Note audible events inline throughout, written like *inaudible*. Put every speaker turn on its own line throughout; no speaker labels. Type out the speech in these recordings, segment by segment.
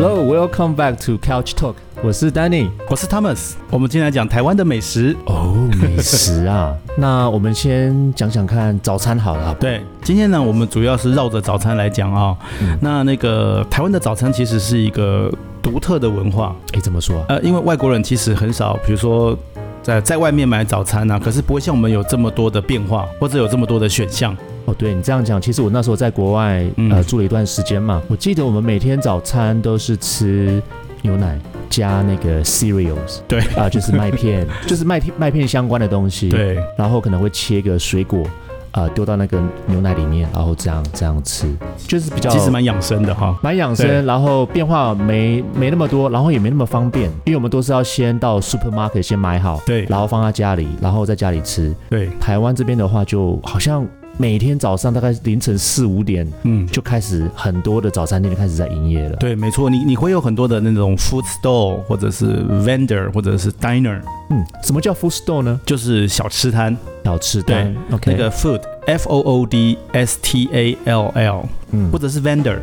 Welcome back to Couch Talk，我是 Danny。
我是 Thomas，我们今天来讲台湾的美食。
哦，美食啊， *laughs* 那我们先讲讲看早餐好了好不好。
对，今天呢，我们主要是绕着早餐来讲啊、
嗯
那那个台湾的早餐其实是一个独特的文化，
哎，怎么说啊？
呃，因为外国人其实很少，比如说在在外面买早餐啊，可是不会像我们有这么多的变化，或者有这么多的选项。
哦，对你这样讲，其实我那时候在国外
嗯
呃住了一段时间嘛，我记得我们每天早餐都是吃牛奶加那个 cereals，
对
啊、就是麦 *laughs* 片，就是麦片麦片相关的东西。，
对，
然后可能会切个水果，啊、丢到那个牛奶里面，然后这样这样吃，就是比较
其实蛮养生的哈。
蛮养
对
生，然后变化没没那么多，然后也没那么方便，因为我们都是要先到 supermarket 先买好，
对
然后放在家里，然后在家里吃。
对，
台湾这边的话，就好像每天早上大概凌晨四五点
嗯，
就开始很多的早餐店就开始在营业了。
对，没错，你你会有很多的那种 food store，或者是 vendor，或者是 diner，
嗯，什么叫 food store 呢？
就是小吃摊。
小吃摊，OK，
那个 food f o o d s t a l l，
嗯
或，者是 vendor。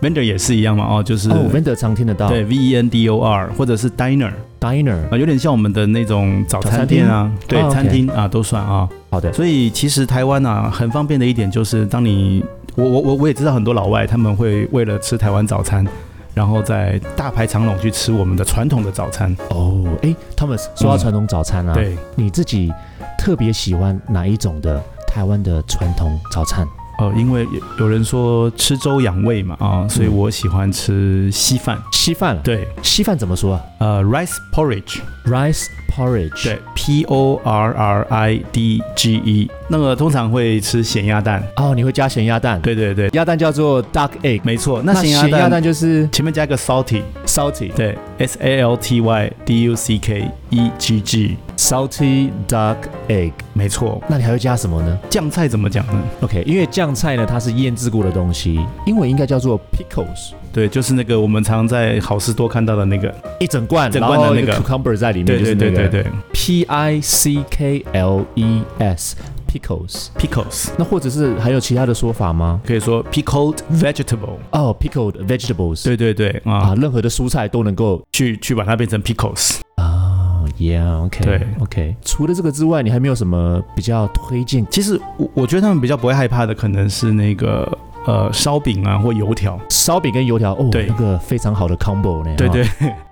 vendor 也是一样嘛，哦，就是、
哦 v e n d 常听得到，
对 v e n d o r，或者是 diner 啊、
，diner，
有点像我们的那种早餐店啊，对，
哦，OK
餐厅啊都算啊。
好的，
所以其实台湾啊很方便的一点就是，当你我我我我也知道很多老外他们会为了吃台湾早餐，然后在大排长龙去吃我们的传统的早餐。
哦，哎，Thomas，说到
嗯
传统早餐啊，
对，
你自己特别喜欢哪一种的台湾的传统早餐？
哦，因为有有人说吃粥养胃嘛，啊、所以
嗯
我喜欢吃稀饭。
稀饭啊，
对，
稀饭怎么说啊
呃，rice porridge，
？Rice porridge。
对，P O R R I D G E，那个通常会吃咸鸭蛋，
哦，你会加咸鸭蛋？，
对对对，
鸭蛋叫做 duck egg。
没错，那
那
咸
咸
鸭
鸭
蛋
蛋就是
前面加一个 salty，
salty
对，S A L T Y D U C K E G G，
salty duck egg。
没错，
那你还会加什么呢
酱菜怎么讲呢？
？OK，因为酱菜呢，它是腌制过的东西，英文应该叫做 pickles，
对，就是那个我们常在好事多看到的那个，
一整罐，
整罐的
然后
那
一
个
cucumber 在里面，
对
就是
对
那
对
个
对对
p i c k l e s pickles。
，pickles
那或者是还有其他的说法吗？
可以说 pickled vegetable，
哦，pickled vegetables。
对对对啊
啊，，任何的蔬菜都能够哦
去去把它变成 pickles。
啊、y e a h o k
对
o k 除了这个之外，你还没有什么比较推荐？
其实我我觉得他们比较不会害怕的，可能是那个呃烧饼啊或油条。
烧饼跟油条哦，
对
那个非常好的 combo 呢。
对
哈
对，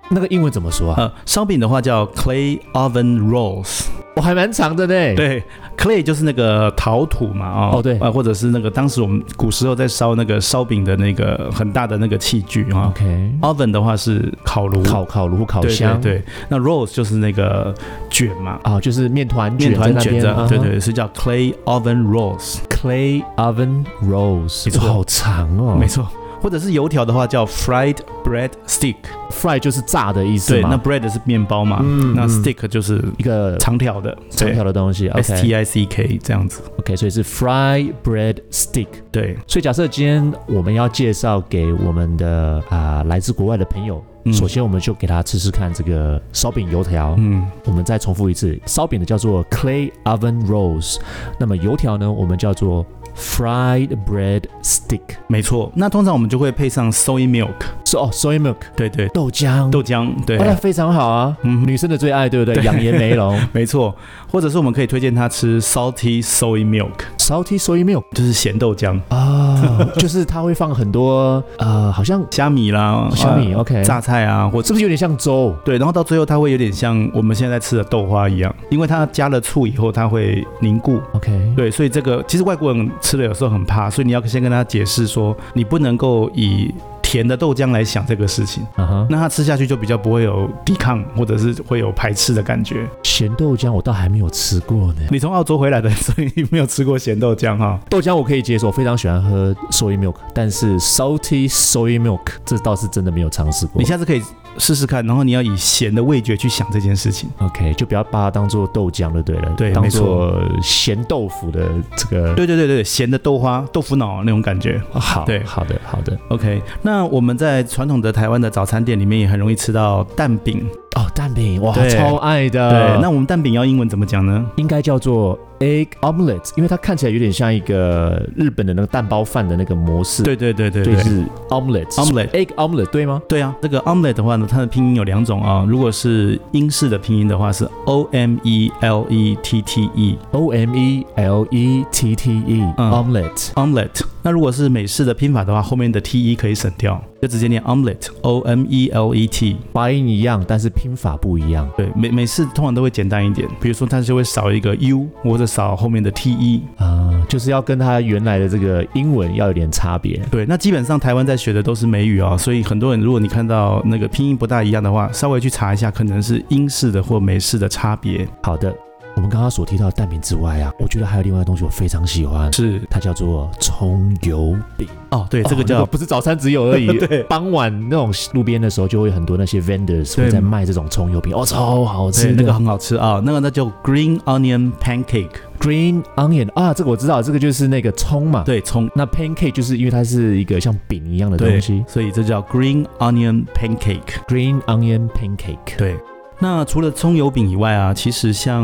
那个英文怎么说啊？
*laughs* 呃，烧饼的话叫 clay oven rolls。
我、还蛮长的呢。，
对，clay 就是那个陶土嘛，啊、
哦对
啊、或者是那个当时我们古时候在烧那个烧饼的那个很大的那个器具啊、
，OK，
oven 的话是烤炉，
嗯烤烤炉、烤
对
箱，
对对，那 rolls 就是那个卷嘛，
啊，就是面团卷
面
在
团
那
卷
边，
着，
啊
对对，是叫 clay oven rolls，、
，clay oven rolls，
没错
哇好长哦。
没错。或者是油条的话叫 fried bread stick，
，fry 就是炸的意思
对，
嘛。
那 bread 是面包嘛，
嗯
那
嗯
stick 就是
一个
长条的，
长条的东西
对，S
，OK，OK，、
T I C K 这样子，
OK，所以是 fry bread stick。
对，
所以假设今天我们要介绍给我们的啊、来自国外的朋友，
嗯
首先我哦们就给他吃吃看这个烧饼油条。
嗯，
我们再重复一次，烧饼的叫做 clay oven rolls，那么油条呢，我们叫做 fried bread stick。
没错。那通常我们就会配上 soy milk，
是哦，soy milk
对对，
豆浆，
豆浆，对
哦，，那非常好啊，
嗯
女生的最爱，对不对？
对
养颜梅
*laughs*
龙
没错。或者是我们可以推荐他吃 salty soy milk，
，salty soy milk
就是咸豆浆，
啊、
*laughs*
就是它会放很多呃，好像
虾米啦，
小米、
啊
OK，
榨菜啊，或
是不是有点像粥？
对，然后到最后它会有点像我们现在在吃的豆花一样，因为它加了醋以后它会凝固，
OK，
对，所以这个其实外国人吃了有时候很怕，所以你要先跟他解释说，你不能够以甜的豆浆来想这个事情，
啊哈、
那他吃下去就比较不会有抵抗，或者是会有排斥的感觉。
咸豆浆我倒还没有吃过呢。
你从澳洲回来的， *laughs* 所以你没有吃过咸豆浆哈、
豆浆我可以接受，我非常喜欢喝 soy milk，但是 salty soy milk 这倒是真的没有尝试过
你。下次可以试试看，然后你要以咸的味觉去想这件事情。
OK，就不要把它当做豆浆就对了，
对
当
没
做咸豆腐的这个。
对对对对，咸的豆花、豆腐脑那种感觉。
好，
对
好的，好的。
OK，那我们在传统的台湾的早餐店里面也很容易吃到蛋饼，
哦，蛋饼哇，
对
超爱的。
对，那我们蛋饼要英文怎么讲呢？
应该叫做 egg omelette，因为它看起来有点像一个日本的那个蛋包饭的那个模式。
对对对对
所以
对。
是 omelette。
omelette
egg omelette 对吗？
对啊，这个 omelet 的话呢，它的拼音有两种啊。如果是英式的拼音的话是 o m e l e t t e
O M E L E T T E
嗯
omelette。
omelet。那如果是美式的拼法的话，后面的 t e 可以省掉，就直接念 omelet o m e l e t。
发音一样，但是拼法不一样。
对，美美式通常都会简单一点，比如说它就会少一个 u 或者少后面的 t e。
啊、就是要跟它原来的这个英文要有点差别。
对，那基本上台湾在学的都是美语啊、所以很多人如果你看到那个拼音不大一样的话，稍微去查一下，可能是英式的或美式的差别。
好的，我们刚刚所提到的蛋饼之外啊，我觉得还有另外一个东西我非常喜欢，
是
它叫做葱油饼。
哦，对，这
哦
个
那
叫、
不是早餐只有而已。
*laughs* 对。
傍晚那种路边的时候，就会很多那些 vendors
对
会在卖这种葱油饼，哦，超好吃
对，
的。
那个很好吃啊，那个那叫 green onion pancake，
啊 green onion 啊，这个我知道，这个就是那个葱嘛。，
对，葱，
那 pancake 就是因为它是一个像饼一样的东
对
西
所以这叫 green onion pancake。
，green onion pancake。
对，那除了葱油饼以外啊，其实像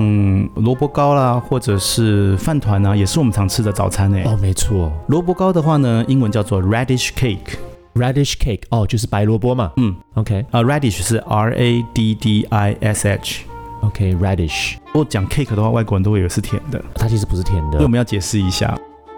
萝卜糕啦，或者是饭团啊，也是我们常吃的早餐诶、
哦，没错
萝卜糕的话呢，英文叫做 radish cake，
，radish cake，哦，就是白萝卜嘛。
嗯，
OK
啊，radish 是 R A D D I S H。
OK radish，
如果讲 cake 的话，外国人都会以为是甜的，
它其实不是甜
所以我
的，
们要解释一下。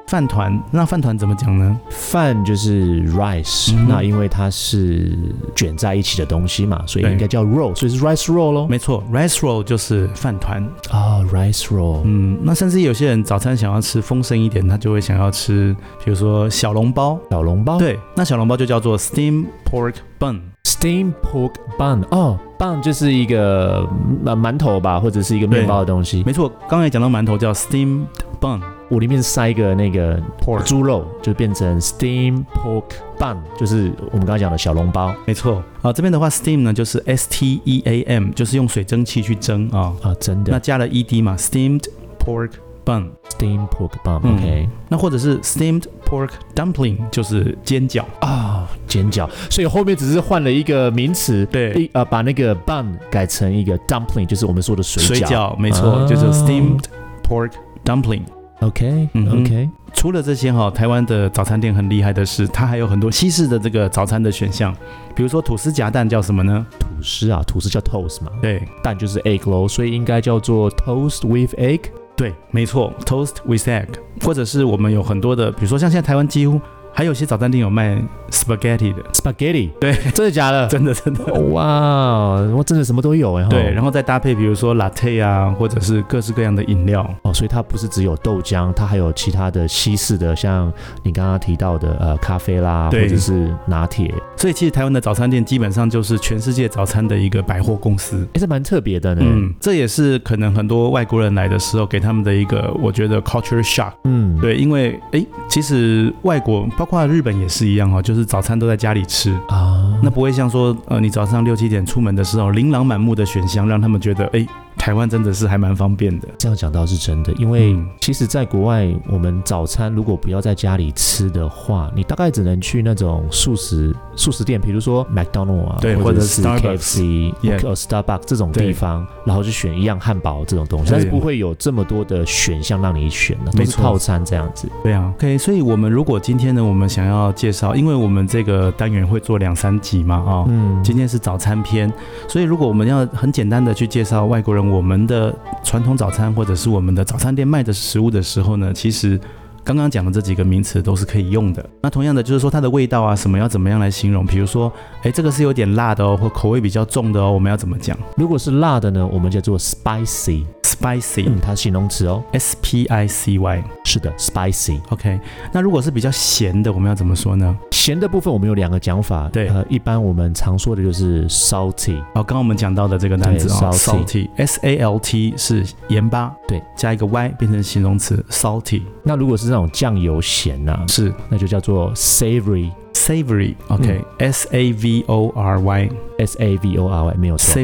饭团，那饭团怎么讲呢？
饭就是 rice，、
嗯哼
那因为它是卷在一起的东西嘛，所以
对
应该叫 roll，所以是 rice roll 咯。
没错，rice roll 就是饭团。
啊、r i c e roll，、
嗯，那甚至有些人早餐想要吃丰盛一点，他就会想要吃，比如说小笼包。
小笼包，
对，那小笼包就叫做 steam pork bun。
，steam pork bun，哦，bun 就是一个馒馒头吧，或者是一个面包的东西，
没错，刚才讲到馒头叫 steam bun
我里面塞一个那个
pork。
猪肉，就变成 steam pork bun，就是我们刚刚讲的小笼包
没错，啊，这边的话 steam 呢就是 S T E A M，就是用水蒸气去蒸啊、
啊，真
那
的
加了 E D 嘛，steamed pork bun。
steam pork
嗯
bun，OK、
那或者是 steamed pork dumpling，就是煎饺。
啊，煎饺，所以后面只是换了一个名词，
对，
一呃，把那个 bun 改成一个 dumpling，就是我们说的水
水
饺。
饺，没错，
啊
就是 steamed pork dumpling。
OK
嗯哼
OK，
除了这些哈、台湾的早餐店很厉害的是，它还有很多西式的这个早餐的选项，比如说吐司夹蛋叫什么呢？
吐司啊，吐司叫 toast 嘛，
对
蛋就是 egg 咯，所以应该叫做 toast with egg。
对，没错，toast with egg，或者是我们有很多的，比如说像现在台湾几乎还有一些早餐店有卖 spaghetti 的，
Spaghetti，
对，
真的假的？
*laughs* 真的真的。
哦哇，我真的什么都有哎、吼
对，然后再搭配，比如说 latte 啊，或者是各式各样的饮料。
哦，所以它不是只有豆浆，它还有其他的西式的，像你刚刚提到的呃咖啡啦，
对
或者是拿铁，
所以其实台湾的早餐店基本上就是全世界早餐的一个百货公司。
哎、这蛮特别的呢。
嗯，这也是可能很多外国人来的时候给他们的一个，我觉得 culture shock。
嗯，
对，因为诶，其实外国包括日本也是一样哦，就是早餐都在家里吃，
啊，
那不会像说呃，你早上六七点出门的时候，琳琅满目的选项，让他们觉得诶，台湾真的是还蛮方便的。
这样讲倒是真的，因为、
嗯
其实，在国外，我们早餐如果不要在家里吃的话，你大概只能去那种素食素食店，比如说 McDonald 啊，
对
或
或者
是
Starbucks
KFC、
Yeah
或 Starbucks 这种地方，然后就选一样汉堡这种东西，
对
但是不会有这么多的选项让你选的，都
没
是
错
套餐这样子。
对啊，OK，所以我们如果今天呢，我们想要介绍，因为我们这个单元会做两三集嘛，啊、
嗯，
今天是早餐篇，所以如果我们要很简单的去介绍外国人我们的传统早餐或者是我们的早餐店卖的食物的时候呢，其实刚刚讲的这几个名词都是可以用的。那同样的就是说它的味道啊，什么要怎么样来形容？比如说，哎，这个是有点辣的哦，或口味比较重的哦，我们要怎么讲
如果是辣的呢，我们叫做 spicy，
？Spicy。
嗯，它是形容词哦。
S P I C Y，OK、
是的，spicy。
OK 那如果是比较咸的，我们要怎么说呢？
咸的部分我们有两个讲法，
对
呃，一般我们常说的就是 salty，
哦，刚刚我们讲到的这个单词啊、
对
s a l t y s A L T 是盐巴，
对，
加一个 y 变成形容词 salty，
那如果是那种酱油咸呐、
是
那就叫做 savory，S 嗯
savory，OK，S、A V O R Y，savory。
A V O R Y 没有错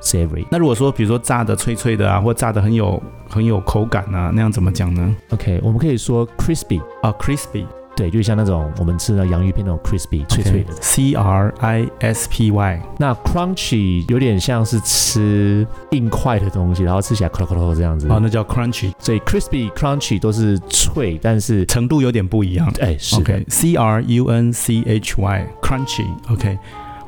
，savory。
那如果说比如说炸的脆脆的啊，或炸的很有很有口感啊，那样怎么讲呢？
OK，我们可以说 crispy，
啊，crispy，
对，就像那种我们吃的洋芋片那种 crispy 脆脆的。
C R I S P Y，
那 crunchy 有点像是吃硬块的东西，然后吃起来 c r 这样子。
哦，那叫 crunchy，
所以 crispy crunchy 都是脆，但是
程度有点不一样。
哎是的
OK，C R U N C H Y，crunchy，OK，、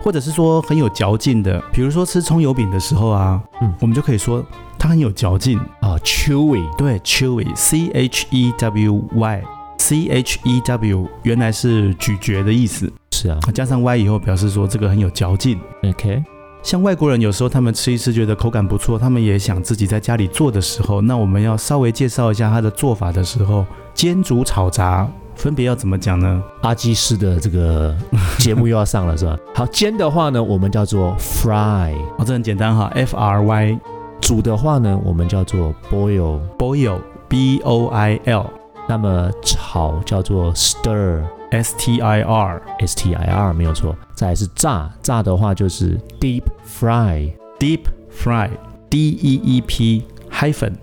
或者是说很有嚼劲的，比如说吃葱油饼的时候啊，
嗯
我们就可以说它很有嚼劲，
啊 chewy
对，chewy，C H E W Y，C H E W 原来是咀嚼的意思，
是啊
加上 Y 以后表示说这个很有嚼劲。
，OK
像外国人有时候他们吃一吃觉得口感不错，他们也想自己在家里做的时候，那我们要稍微介绍一下它的做法的时候，煎、煮、炒、炸分别要怎么讲呢？
阿基师的这个节目又要上了是吧？好煎的话呢，我们叫做 fry；
哦，这很简单哈，F R Y
煮的话呢，我们叫做 boil；
boil B O I L
那么炒叫做 stir。
S T I R
S T I R 没有错，再来是炸，炸的话就是 deep fry。
deep fry D E E P hyphen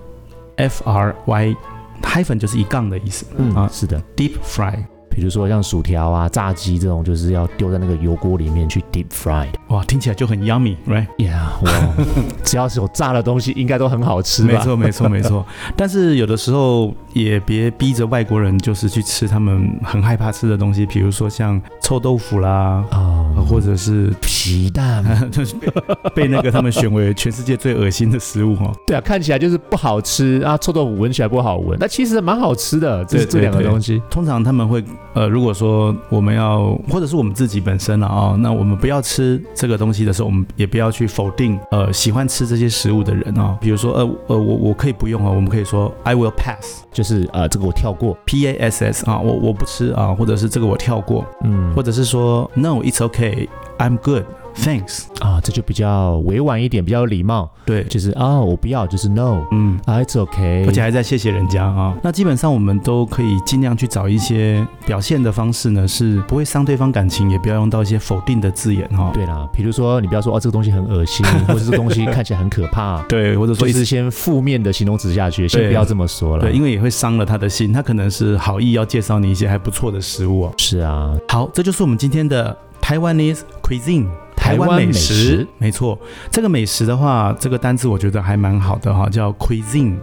F R Y hyphen 就是一杠的意思
嗯，
啊
是的，
，deep fry
比如说像薯条啊、炸鸡这种，就是要丢在那个油锅里面去 deep fried。
哇，听起来就很 yummy，right？
Yeah，哇，
*laughs*
只要是有炸的东西，应该都很好吃吧？
没错，没错，没
*laughs*
错。但是有的时候也别逼着外国人就是去吃他们很害怕吃的东西，比如说像臭豆腐啦，
啊
呃，或者是 *laughs*
皮蛋，
就是被那个他们选为全世界最恶心的食物哦。
对啊，看起来就是不好吃啊，臭豆腐闻起来不好闻，那其实蛮好吃的，这是这
对对
两个
对
东西。
通常他们会呃，如果说我们要或者是我们自己本身了啊、哦，那我们不要吃这个东西的时候，我们也不要去否定呃喜欢吃这些食物的人哦。比如说呃呃，我我可以不用哦，我们可以说 I will pass
就是呃，这个我跳过，
P A S S 啊，我我不吃啊，或者是这个我跳过。
嗯，
或者是说 No, it's okay, I'm good, thanks。
啊，这就比较委婉一点，比较有礼貌，
对，
就是啊，我不要，就是 no，
嗯，
啊，it's okay，
而且还在谢谢人家啊、那基本上我们都可以尽量去找一些表现的方式呢，是不会伤对方感情，也不要用到一些否定的字眼啊哈、
对啦，比如说你不要说哦，这个东西很恶心，或者这个东西看起来很可怕，
对，或者说
*laughs* 所
一
以
直
是先负面的形容词下去，先
对
不要这么说了。
对，因为也会伤了他的心，他可能是好意要介绍你一些还不错的食物哦。
是啊，
好，这就是我们今天的 Taiwanese cuisine。台
台湾
湾美
美
食
食，
没错。这个美食的话，这个单字我觉得还蛮好的哈，叫 cuisine，c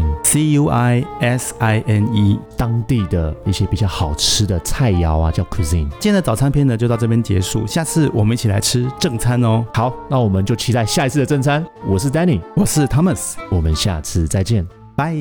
，cuisine
u i s i n e，
当地的一些比较好吃的菜肴啊，叫 cuisine。
今天的早餐篇呢就到这边结束，下次我们一起来吃正餐哦。
好，那我们就期待下一次的正餐。我是 Danny，
我是 Thomas，
我们下次再见。
拜。